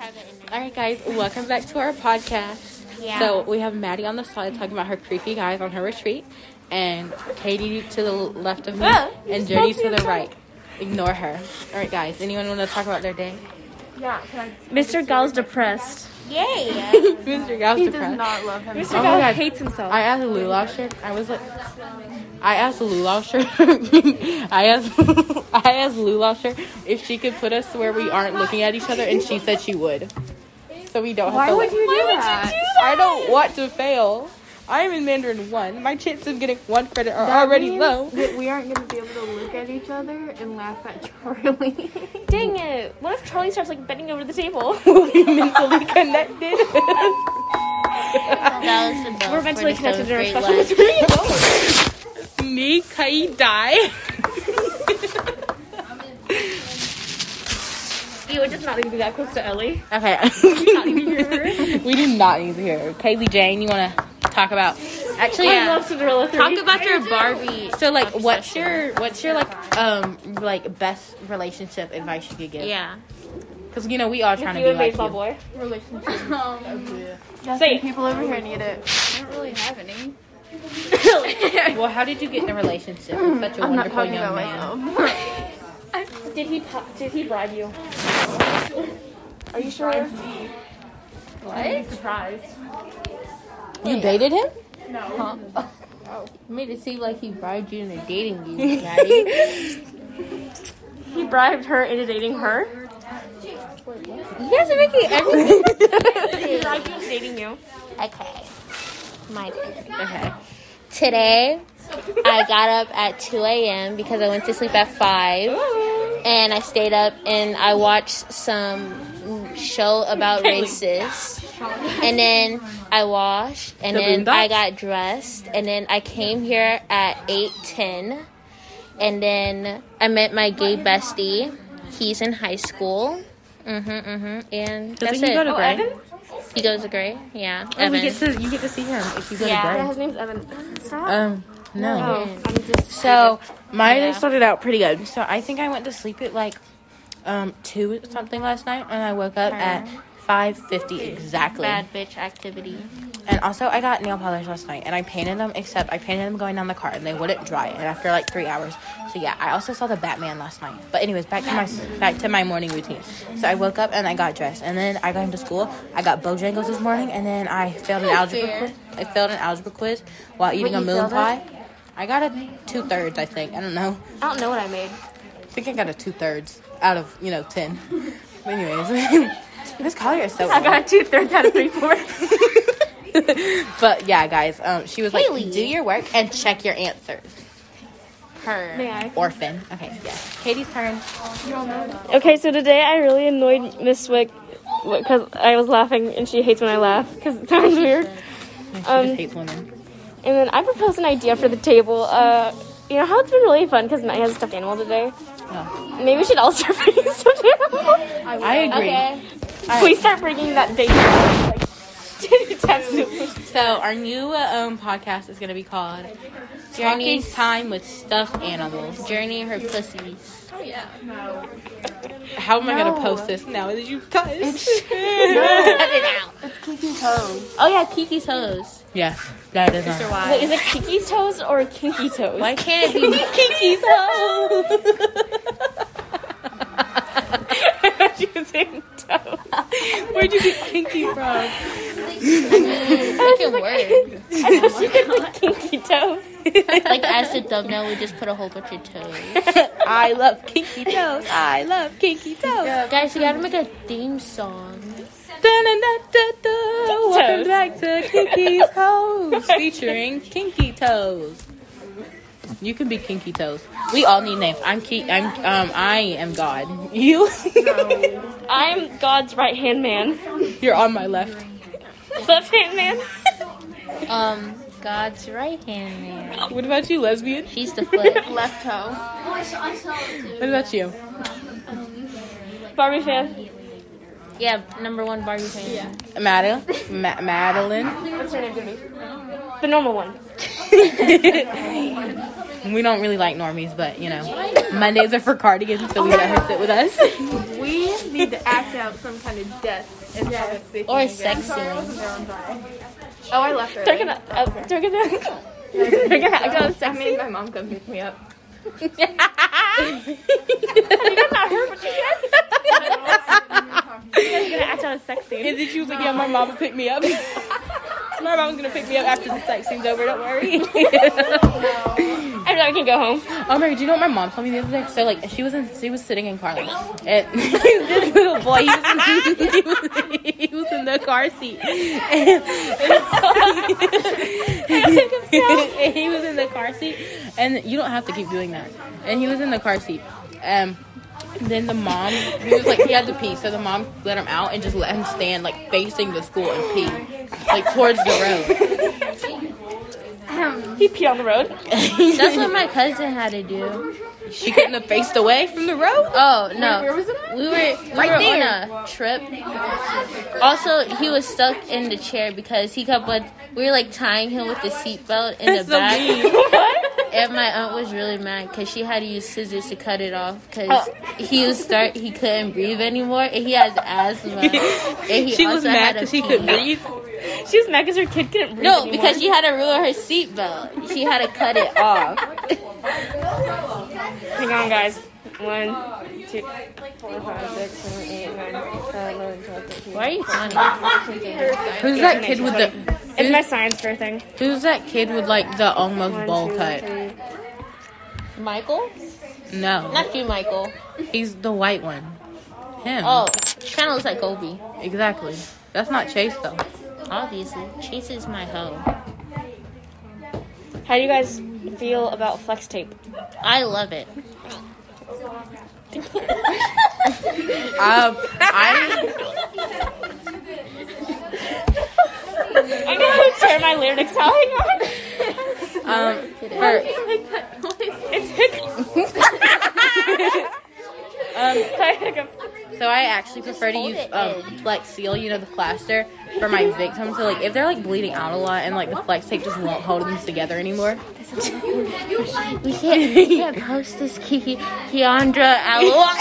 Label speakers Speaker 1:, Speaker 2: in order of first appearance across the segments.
Speaker 1: All right, guys, welcome back to our podcast.
Speaker 2: Yeah.
Speaker 1: So we have Maddie on the side talking about her creepy guys on her retreat, and Katie to the left of me,
Speaker 3: Ah,
Speaker 2: Oh, you
Speaker 1: and
Speaker 2: just
Speaker 1: Jody
Speaker 2: broke
Speaker 1: to
Speaker 2: me
Speaker 1: the
Speaker 2: apart.
Speaker 1: right. Ignore her. All right, guys. Anyone want to talk about their day?
Speaker 4: Mr. Gal's depressed.
Speaker 2: Yay!
Speaker 1: Mr. Gal's depressed.
Speaker 3: love him.
Speaker 4: Mr.
Speaker 1: Oh my
Speaker 4: Gal
Speaker 1: God.
Speaker 4: hates himself.
Speaker 1: I asked Lou last year. I was like, I asked Lou last year. I asked, I asked Lou last year if she could put us where we aren't looking at each other, and she said she would. So we don't. have to look.
Speaker 3: do that?
Speaker 1: I don't want to fail. I'm in Mandarin one. My chances of getting one credit are already low.
Speaker 3: That we aren't going to be able to look at each other and laugh at Charlie.
Speaker 4: Dang it. What if Charlie starts like bending over the table?
Speaker 1: We'll be mentally connected.
Speaker 2: that was the bell
Speaker 4: We're
Speaker 2: for
Speaker 4: mentally
Speaker 2: the
Speaker 4: connected to our
Speaker 2: seventh
Speaker 4: special
Speaker 2: grade
Speaker 4: history.
Speaker 1: Me, Kai, die.
Speaker 4: You would just not need to be that close to Ellie.
Speaker 1: Okay. we do not need to hear. her. Kaylee Jane, you want to talk about? Actually,
Speaker 4: I love Cinderella 3.
Speaker 2: Talk about your Barbie.
Speaker 1: So like, what's your what's your like um like best relationship advice you could give?
Speaker 2: Yeah.
Speaker 1: because you know we all trying
Speaker 4: you
Speaker 1: to be
Speaker 4: and
Speaker 1: like
Speaker 4: baseball
Speaker 1: you.
Speaker 4: boy.
Speaker 3: Relationships.
Speaker 4: Say it.
Speaker 3: People over here need it.
Speaker 5: I don't really have any.
Speaker 1: Well, how did you get in a relationship with such a
Speaker 3: I'm not
Speaker 1: wonderful
Speaker 3: talking about
Speaker 1: young man?
Speaker 3: myself.
Speaker 4: Did he po- did he bribe you? Are you sure? What? Surprised.
Speaker 1: You dated him?
Speaker 5: Made it seem like he bribed you into dating you.
Speaker 4: He bribed her into dating her.
Speaker 1: You guys are making everything.
Speaker 4: He bribed you into dating you.
Speaker 2: Okay. My turn.
Speaker 1: okay.
Speaker 2: Today, I got up at 2 a.m. because I went to sleep at 5. And I stayed up and I watched some show about races. And then I washed and
Speaker 1: The
Speaker 2: then I
Speaker 1: Boondocks?
Speaker 2: got dressed and then I came here at 8:10 and then I met my gay bestie. He's in high school. Mhm, mhm. And that's
Speaker 1: you
Speaker 2: it. Oh,
Speaker 1: go to Gray?
Speaker 4: Evan?
Speaker 2: he goes to Gray. Yeah.
Speaker 1: And we
Speaker 2: Evan.
Speaker 1: get to you get to see him if you go
Speaker 2: Yeah.
Speaker 1: to
Speaker 4: His name's Evan.
Speaker 1: Gray. Um, no.
Speaker 3: Oh,
Speaker 4: I'm just
Speaker 1: So my day
Speaker 2: Yeah.
Speaker 1: started out pretty good. So I think I went to sleep at like um two or something last night, and I woke up at five fifty exactly.
Speaker 2: Bad bitch activity.
Speaker 1: And also, I got nail polish last night, and I painted them. Except I painted them going down the car, and they wouldn't dry. And after like three hours, so yeah, I also saw the Batman last night. But anyways, back to my back to my morning routine. So I woke up and I got dressed, and then I got into school. I got Bojangles this morning, and then I failed an algebra quiz. I failed an algebra quiz while eating a moon pie. I got a two thirds, I think. I don't know.
Speaker 4: I don't know what I made.
Speaker 1: I think I got a two thirds out of you know ten. But anyways, this collar is so.
Speaker 4: I got a two thirds out of three fourths.
Speaker 1: but yeah, guys, um, she was
Speaker 2: Haley.
Speaker 1: like, do your work and check your answers.
Speaker 2: Her.
Speaker 4: May I?
Speaker 1: Orphan. Okay, yeah. Katie's turn.
Speaker 4: Okay, so today I really annoyed Miss Wick because I was laughing and she hates when I laugh because it sounds weird.
Speaker 1: She
Speaker 4: Um,
Speaker 1: just hates women.
Speaker 4: And then I proposed an idea for the table. Uh, you know how it's been really fun because Matt has a stuffed animal today.
Speaker 1: No.
Speaker 4: Maybe we should all start bringing stuffed animals.
Speaker 1: I agree.
Speaker 4: Please start bringing that date. Like, text it.
Speaker 1: So our new uh, um, podcast is gonna be called Talking
Speaker 2: Journeys.
Speaker 1: Time with Stuffed Animals.
Speaker 2: Journey her pussies.
Speaker 1: How am I gonna post this now that you guys?
Speaker 2: Cut it out. Oh yeah, Kiki's hose.
Speaker 1: yeah, that is not.
Speaker 4: Wait, is it Kiki's toes or Kinky toes?
Speaker 2: Why can't it be
Speaker 1: Kiki's
Speaker 4: she was saying toes.
Speaker 1: Where'd you get kinky from?
Speaker 2: freaking word?
Speaker 4: I thought she meant the Kinky toes.
Speaker 2: Like as the thumbnail, we just put a whole bunch of toes.
Speaker 1: I love kinky toes. I love kinky toes.
Speaker 2: Guys, you gotta make a theme song.
Speaker 1: Dun-dun-dun-dun-dun. Welcome
Speaker 4: Toes.
Speaker 1: back to Kinky Toes featuring Kinky Toes. You can be Kinky Toes. We all need names. I'm Ki- I'm um I am God. You
Speaker 4: I'm God's right hand man.
Speaker 1: You're on my left.
Speaker 4: Left hand man.
Speaker 2: Um, God's right hand man.
Speaker 1: What about you, lesbian?
Speaker 2: He's the foot.
Speaker 3: Left toe.
Speaker 1: What about you?
Speaker 4: Barbie fan.
Speaker 2: Yeah, number one Barbie fan. Yeah.
Speaker 1: Madeline? Ma- Madeline?
Speaker 4: What's her name, Jimmy? The normal one.
Speaker 1: We don't really like normies, but you know. Mondays are for cardigans, so we let her sit with us.
Speaker 3: We We need to act out some kind of death and have a
Speaker 2: Or a
Speaker 3: thing
Speaker 2: sex
Speaker 3: again.
Speaker 2: scene.
Speaker 3: Oh, I left
Speaker 4: They're
Speaker 3: early.
Speaker 4: gonna, uh, they're gonna, they're gonna act on
Speaker 3: I
Speaker 4: sex.
Speaker 3: made my mom come pick me up.
Speaker 4: That's not her, but she said. They're gonna act on a sex scene.
Speaker 1: And then she was like, yeah, my mom will pick me up. my mom's gonna pick me up after the sex scene's over, don't worry.
Speaker 4: I know I can go home.
Speaker 1: oh my god, do you know what my mom told me the other day? So like she was in she was sitting in car and this little boy he was, in, he, was, he was in the car seat. And, and he was in the car seat and you don't have to keep doing that. And he was in the car seat. Um then the mom he was like he had to pee, so the mom let him out and just let him stand like facing the school and pee. Like towards the road.
Speaker 4: He peed on the road.
Speaker 2: That's what my cousin had to do.
Speaker 1: She couldn't have faced away from the road.
Speaker 2: Oh no, we were we were on a trip. Also, he was stuck in the chair because he kept like we were like tying him with the seatbelt in the
Speaker 1: So
Speaker 2: back.
Speaker 1: mean.
Speaker 2: And my aunt was really mad because she had to use scissors to cut it off
Speaker 1: Oh.
Speaker 2: because he was start he couldn't breathe anymore and he has asthma. And he
Speaker 1: she was
Speaker 2: also
Speaker 1: mad
Speaker 2: had a
Speaker 1: because she
Speaker 2: pee.
Speaker 1: couldn't breathe.
Speaker 4: She was mad because her kid couldn't breathe
Speaker 2: No,
Speaker 4: anymore.
Speaker 2: because she had to ruin her seatbelt. She had to cut it off.
Speaker 4: Hang on, guys. One, two, four, five, six, seven, eight, nine, ten, eleven, twelve, thirteen.
Speaker 2: Why are you funny?
Speaker 1: Who's that kid with the?
Speaker 4: It's my science fair thing.
Speaker 1: Who's that kid with like the almost
Speaker 4: One,
Speaker 1: bowl
Speaker 4: two,
Speaker 1: cut?
Speaker 4: three.
Speaker 2: Michael?
Speaker 1: No,
Speaker 2: Not you, Michael.
Speaker 1: he's the white one. Him.
Speaker 2: Oh, kind of looks like Kobe.
Speaker 1: exactly. That's not Chase though.
Speaker 2: Obviously, Chase is my hoe.
Speaker 4: How do you guys feel about flex tape?
Speaker 2: I love it.
Speaker 1: Um, I
Speaker 4: I'm gonna tear my lyrics out. Hang on.
Speaker 1: um for,
Speaker 4: It's hiccup. Um, I hiccup.
Speaker 1: so I actually prefer to use um Flex Seal, you know the plaster, for my victims. So like if they're like bleeding out a lot and like the Flex tape just won't hold them together anymore.
Speaker 2: We can't, we can't post this, Kiki. Keandra Aloy.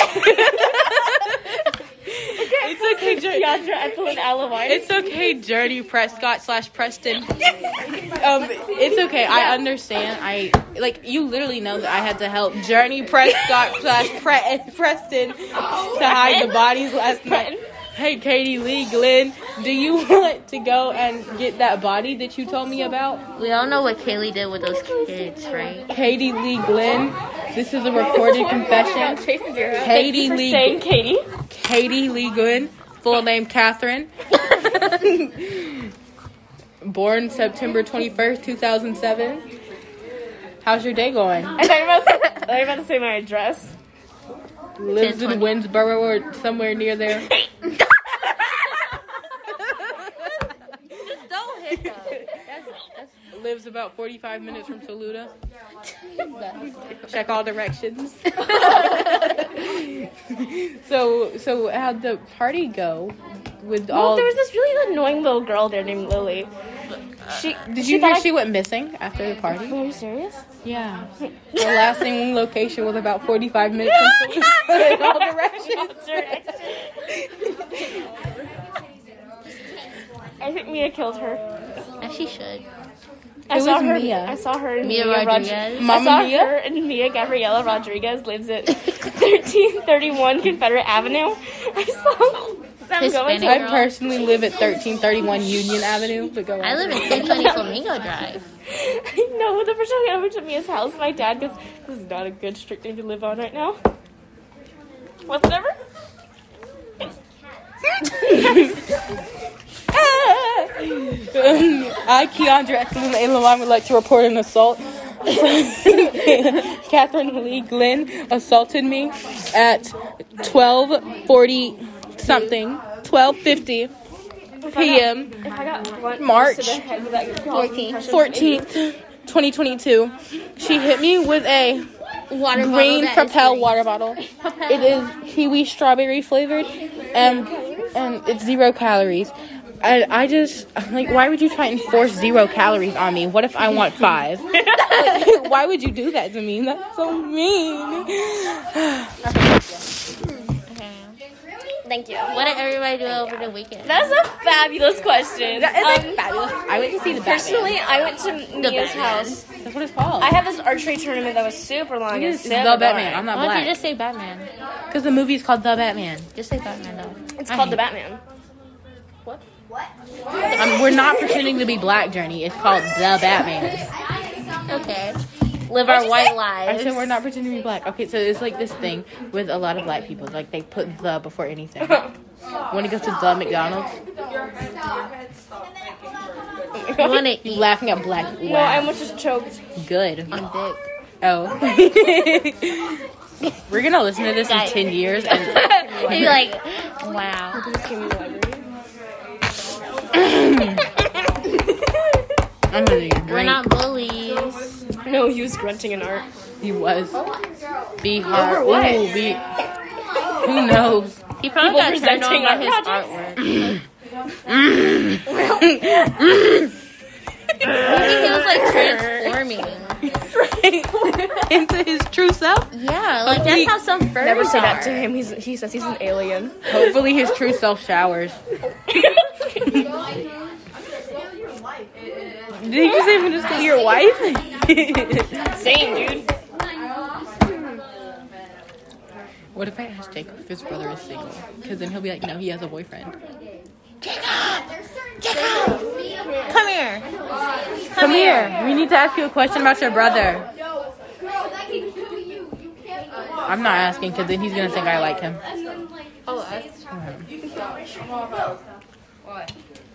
Speaker 1: It's okay, Jer-
Speaker 4: Yandra, I pull an aloe wine.
Speaker 1: It's okay, Journey Prescott slash Preston. um, it's okay. I understand. I like you. Literally know that I had to help Journey Prescott slash Pre- Preston to hide the bodies last night. Hey, Katie Lee Glenn, do you want to go and get that body that you told me about?
Speaker 2: We all know what Kaylee did with those kids, right?
Speaker 1: Katie Lee Glenn, this is a
Speaker 4: Oh
Speaker 1: recorded confession.
Speaker 4: Chase is your
Speaker 1: Katie
Speaker 4: for
Speaker 1: Lee
Speaker 4: saying Katie.
Speaker 1: Katie Lee Goon, full name Catherine. Born September 21st, 2007. How's your day going?
Speaker 4: I thought you were about to, I was about to say my address.
Speaker 1: Lives in Winsboro or somewhere near there.
Speaker 2: Don't hit them.
Speaker 1: Lives about 45 minutes from Saluda. Check all directions. so, so how'd the party go? With
Speaker 4: Well,
Speaker 1: all,
Speaker 4: Oh, there was this really annoying little girl there named Lily. She
Speaker 1: did
Speaker 4: she
Speaker 1: you
Speaker 4: thought
Speaker 1: hear
Speaker 4: I-
Speaker 1: she went missing after the party?
Speaker 4: Are you serious?
Speaker 1: Yeah. The last seen location was about 45 minutes from Saluda in all directions.
Speaker 4: I think Mia killed her.
Speaker 2: As she should.
Speaker 4: I
Speaker 1: Who
Speaker 4: saw
Speaker 1: is
Speaker 4: her.
Speaker 1: Mia?
Speaker 4: I saw her. And
Speaker 2: Mia
Speaker 4: Mia, Rod-
Speaker 2: Rodriguez.
Speaker 4: I saw
Speaker 1: Mamma Mia?
Speaker 4: her and Mia Gabriela Rodriguez lives at 1331 Confederate Avenue. I saw them going to.
Speaker 1: I
Speaker 2: Hispanic.
Speaker 1: personally live at 1331 Union Avenue, but go
Speaker 2: I
Speaker 1: on.
Speaker 2: live in 320 Flamingo Drive.
Speaker 4: I know the first time I went over to Mia's house, my dad goes, "This is not a good street name to live on right now." Whatever.
Speaker 1: I, Keandra Eklund Elamon, would like to report an assault. Catherine Lee Glenn assaulted me at 1240 something, 1250 p.m.
Speaker 4: If I got blunt
Speaker 1: March
Speaker 4: to the head with that cause concussion,
Speaker 1: 14th, 2022. She hit me with a
Speaker 2: Water bottle
Speaker 1: green
Speaker 2: that
Speaker 1: Propel
Speaker 2: is
Speaker 1: water bottle. It is kiwi strawberry flavored, and and it's zero calories. And I just like, why would you try and force zero calories on me? What if I want five? Like, why would you do that to me? That's so mean.
Speaker 2: green.
Speaker 4: Thank you.
Speaker 2: What did everybody do over the weekend?
Speaker 4: That's a fabulous question.
Speaker 1: That is
Speaker 4: Um,
Speaker 1: like fabulous. I went to see the Batman.
Speaker 4: Personally, I went to Mia's house.
Speaker 1: That's what it's called.
Speaker 4: I had this archery tournament that was super long.
Speaker 1: it's the
Speaker 4: super
Speaker 1: Batman. I'm
Speaker 4: boring.
Speaker 1: not
Speaker 2: Why don't you
Speaker 1: black.
Speaker 2: just say Batman?
Speaker 1: Because the movie's called The Batman.
Speaker 2: Just say Batman though.
Speaker 4: It's
Speaker 1: I
Speaker 4: called
Speaker 1: hate
Speaker 4: the Batman.
Speaker 1: Um, we're not pretending to be black, Journey. It's called The Batman.
Speaker 2: Okay. Live our white
Speaker 1: I
Speaker 2: lives.
Speaker 1: said we're not pretending to be black. Okay, so it's like this thing with a lot of black people. Like they put the before anything. When it goes to the McDonald's,
Speaker 2: You want to
Speaker 1: you
Speaker 2: eat
Speaker 1: laughing at black.
Speaker 4: No, I
Speaker 1: Wow,
Speaker 4: almost just choked.
Speaker 1: good.
Speaker 2: on dick.
Speaker 1: Oh, we're gonna listen to this in ten years. And
Speaker 2: You'd be like, wow.
Speaker 1: I'm gonna need a
Speaker 2: We're
Speaker 1: drink.
Speaker 2: not bullies.
Speaker 4: No, he was grunting in art.
Speaker 1: He was.
Speaker 2: Oh
Speaker 1: Be hard. Ooh, be. Who knows?
Speaker 2: He probably got turned on
Speaker 4: presenting
Speaker 2: by
Speaker 4: our
Speaker 2: his artwork. he was like transforming.
Speaker 1: Into his true self.
Speaker 2: Yeah, like that's how some furs
Speaker 4: Never say
Speaker 2: are.
Speaker 4: that to him. He's, he says he's an alien.
Speaker 1: Hopefully, his true self showers. Did he just even just say your wife?
Speaker 4: Same, dude.
Speaker 1: what if I ask Jacob if his brother is single? Because then he'll be like, no, he has a boyfriend.
Speaker 2: Come here.
Speaker 1: Come here. We need to ask you a question about your brother. I'm not asking because then he's gonna think I like him.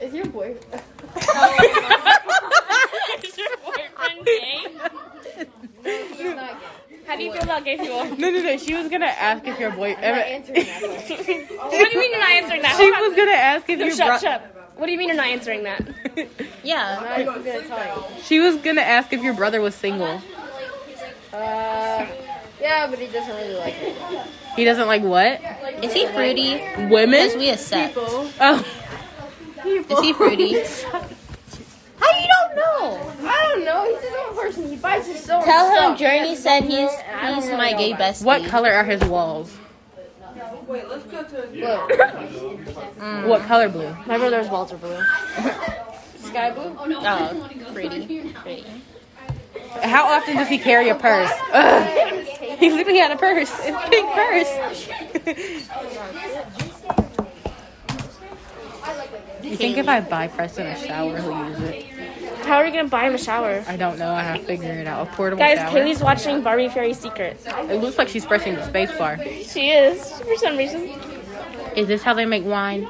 Speaker 3: Is your boy?
Speaker 4: Is your boyfriend gay? How do you feel about gay people?
Speaker 1: No, no, no. She was gonna ask if your boy.
Speaker 4: What do you mean you're not answering that?
Speaker 1: She
Speaker 4: Hold on.
Speaker 1: was gonna ask if
Speaker 4: No,
Speaker 1: your
Speaker 4: shut,
Speaker 1: brother.
Speaker 4: up, shut up. What do you mean you're not answering that?
Speaker 2: Yeah.
Speaker 1: She was gonna ask if your brother was single.
Speaker 3: Uh, yeah, but he doesn't really like it.
Speaker 1: He doesn't like what?
Speaker 2: Is he fruity? Because
Speaker 1: Women?
Speaker 2: we accept.
Speaker 1: Oh,
Speaker 2: Is he fruity? How you don't know?
Speaker 3: I don't know. He's his own person. He buys his own.
Speaker 2: Tell him
Speaker 3: stuff.
Speaker 2: Journey said he's he's my gay bestie.
Speaker 1: what color are his walls? Blue. What color blue?
Speaker 4: My brother's Walter Blue.
Speaker 2: Oh, fruity. Fruity.
Speaker 1: How often does he carry a purse? Ugh. He literally had a purse. It's a pink purse. you think if I buy Preston a shower, he'll use it?
Speaker 4: How are we gonna buy him a shower?
Speaker 1: I don't know. I have to figure it out. A portable
Speaker 4: Guys,
Speaker 1: shower.
Speaker 4: Kaylee's watching Barbie Fairy Secret.
Speaker 1: It looks like she's pressing the space bar.
Speaker 4: She is, for some reason.
Speaker 1: Is this how they make wine?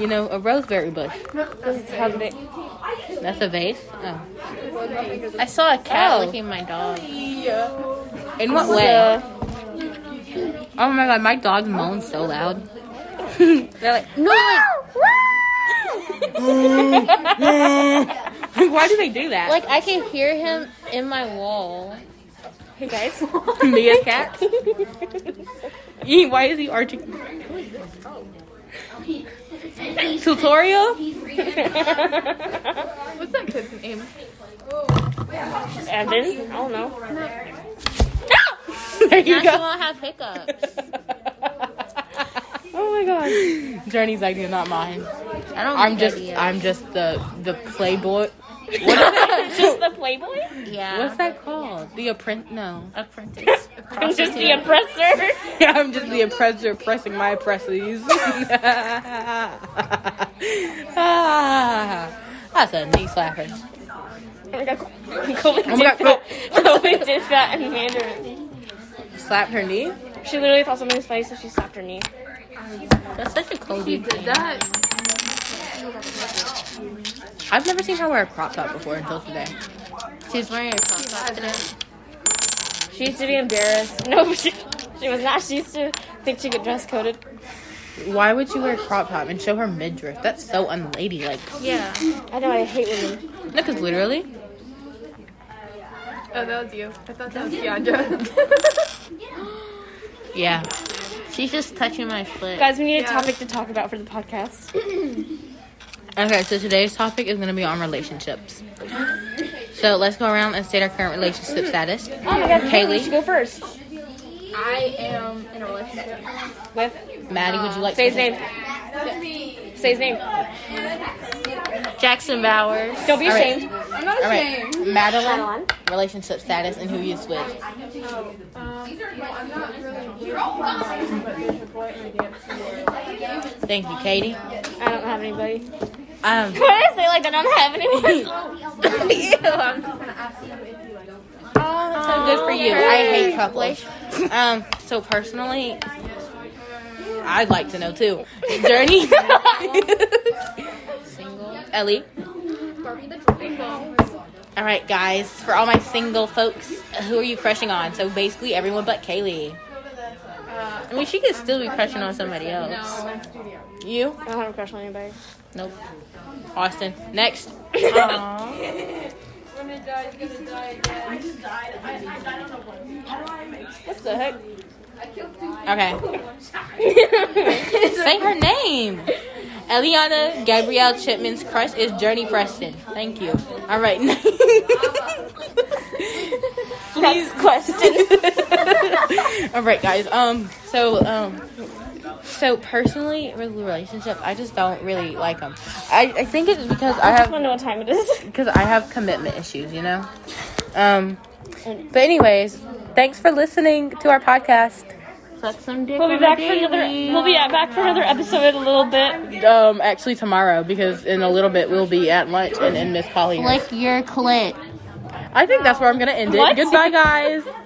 Speaker 1: you know, a roseberry bush.
Speaker 4: This is how they-
Speaker 1: That's a vase. Oh.
Speaker 2: I saw a cat
Speaker 1: Oh.
Speaker 2: licking my dog.
Speaker 1: In what way? Oh my god, my dog moans so loud. They're like, "Ah!" no. like, Why do they do that?
Speaker 2: Like I can hear him in my wall.
Speaker 4: Hey guys.
Speaker 1: Mia's cat. Yee, Why is he arching? Tutorial?
Speaker 3: What's that kid's name?
Speaker 4: Evan? I don't know.
Speaker 1: There you
Speaker 2: Now she
Speaker 1: go.
Speaker 2: won't have hiccups.
Speaker 1: oh my god. Journey's like, you're not mine.
Speaker 2: I don't.
Speaker 1: I'm
Speaker 2: like
Speaker 1: just,
Speaker 2: that yet.
Speaker 1: I'm just the the playboy. What is
Speaker 4: Just
Speaker 1: that?
Speaker 4: the Playboy?
Speaker 2: yeah.
Speaker 1: What's that called? The apprentice? No.
Speaker 2: Apprentice.
Speaker 4: I'm just the oppressor.
Speaker 1: I'm just the oppressor oppressing my oppressees. ah, that's a knee slapper.
Speaker 4: Oh my god. Colin
Speaker 1: Oh
Speaker 4: did
Speaker 1: my God.
Speaker 4: that. Colin did that in Mandarin.
Speaker 1: Slapped her knee?
Speaker 4: She literally thought something was funny, so she slapped her knee.
Speaker 2: That's such a cold.
Speaker 3: He did that.
Speaker 1: I've never seen her wear a crop top before until today.
Speaker 2: She's wearing a crop top today.
Speaker 4: She used to be embarrassed. No, she, she was not. She used to think she could dress coded.
Speaker 1: Why would you wear a crop top and show her midriff? That's so unladylike.
Speaker 2: Yeah.
Speaker 4: I know, I hate women.
Speaker 1: No, because literally,
Speaker 3: Oh, that was you. I thought that was Keandra.
Speaker 1: yeah.
Speaker 2: She's just touching my foot.
Speaker 4: Guys, we need a topic to talk about for the podcast.
Speaker 1: Okay, so today's topic is going to be on relationships. So let's go around and state our current relationship status.
Speaker 4: Oh my god, Kaylee,
Speaker 1: Kaylee?
Speaker 4: you should go first.
Speaker 3: I am in a relationship
Speaker 4: With
Speaker 1: Maddie, would you like
Speaker 6: Say his
Speaker 1: to-
Speaker 6: name. Say his name.
Speaker 2: Jackson Bowers.
Speaker 6: Don't be
Speaker 1: All right.
Speaker 6: ashamed.
Speaker 1: All right, Madeline, relationship status and who you switch. Thank you, Katie.
Speaker 6: I don't have anybody.
Speaker 1: Um,
Speaker 6: What is it? Like I don't have anyone. Oh,
Speaker 1: good for you. I hate couples. Um, so personally, I'd like to know too. Journey, single. Ellie. All right, guys. For all my single folks, who are you crushing on? So basically, everyone but Kaylee. I mean, she could still be crushing on somebody else. You?
Speaker 6: I don't have a crush on anybody.
Speaker 1: Nope. Austin. Next.
Speaker 6: What the heck?
Speaker 1: Okay. Say her name. Eliana Gabrielle Chipman's crush is Journey Preston. Thank you. All right. Please question. All right, guys. Um. So um. So personally, with relationships, I just don't really like them. I, I think it's because I
Speaker 6: I just
Speaker 1: have
Speaker 6: want to know what time it is.
Speaker 1: because I have commitment issues, you know. Um. But anyways, thanks for listening to our podcast.
Speaker 5: Suck some dick
Speaker 6: We'll be
Speaker 5: on a
Speaker 6: back for another.
Speaker 5: daily.
Speaker 6: We'll be back for another episode in a little bit.
Speaker 1: Um, actually tomorrow because in a little bit we'll be at lunch and in Miss Polly.
Speaker 5: Lick your clit.
Speaker 1: I think that's where I'm gonna end it.
Speaker 6: What?
Speaker 1: Goodbye, guys.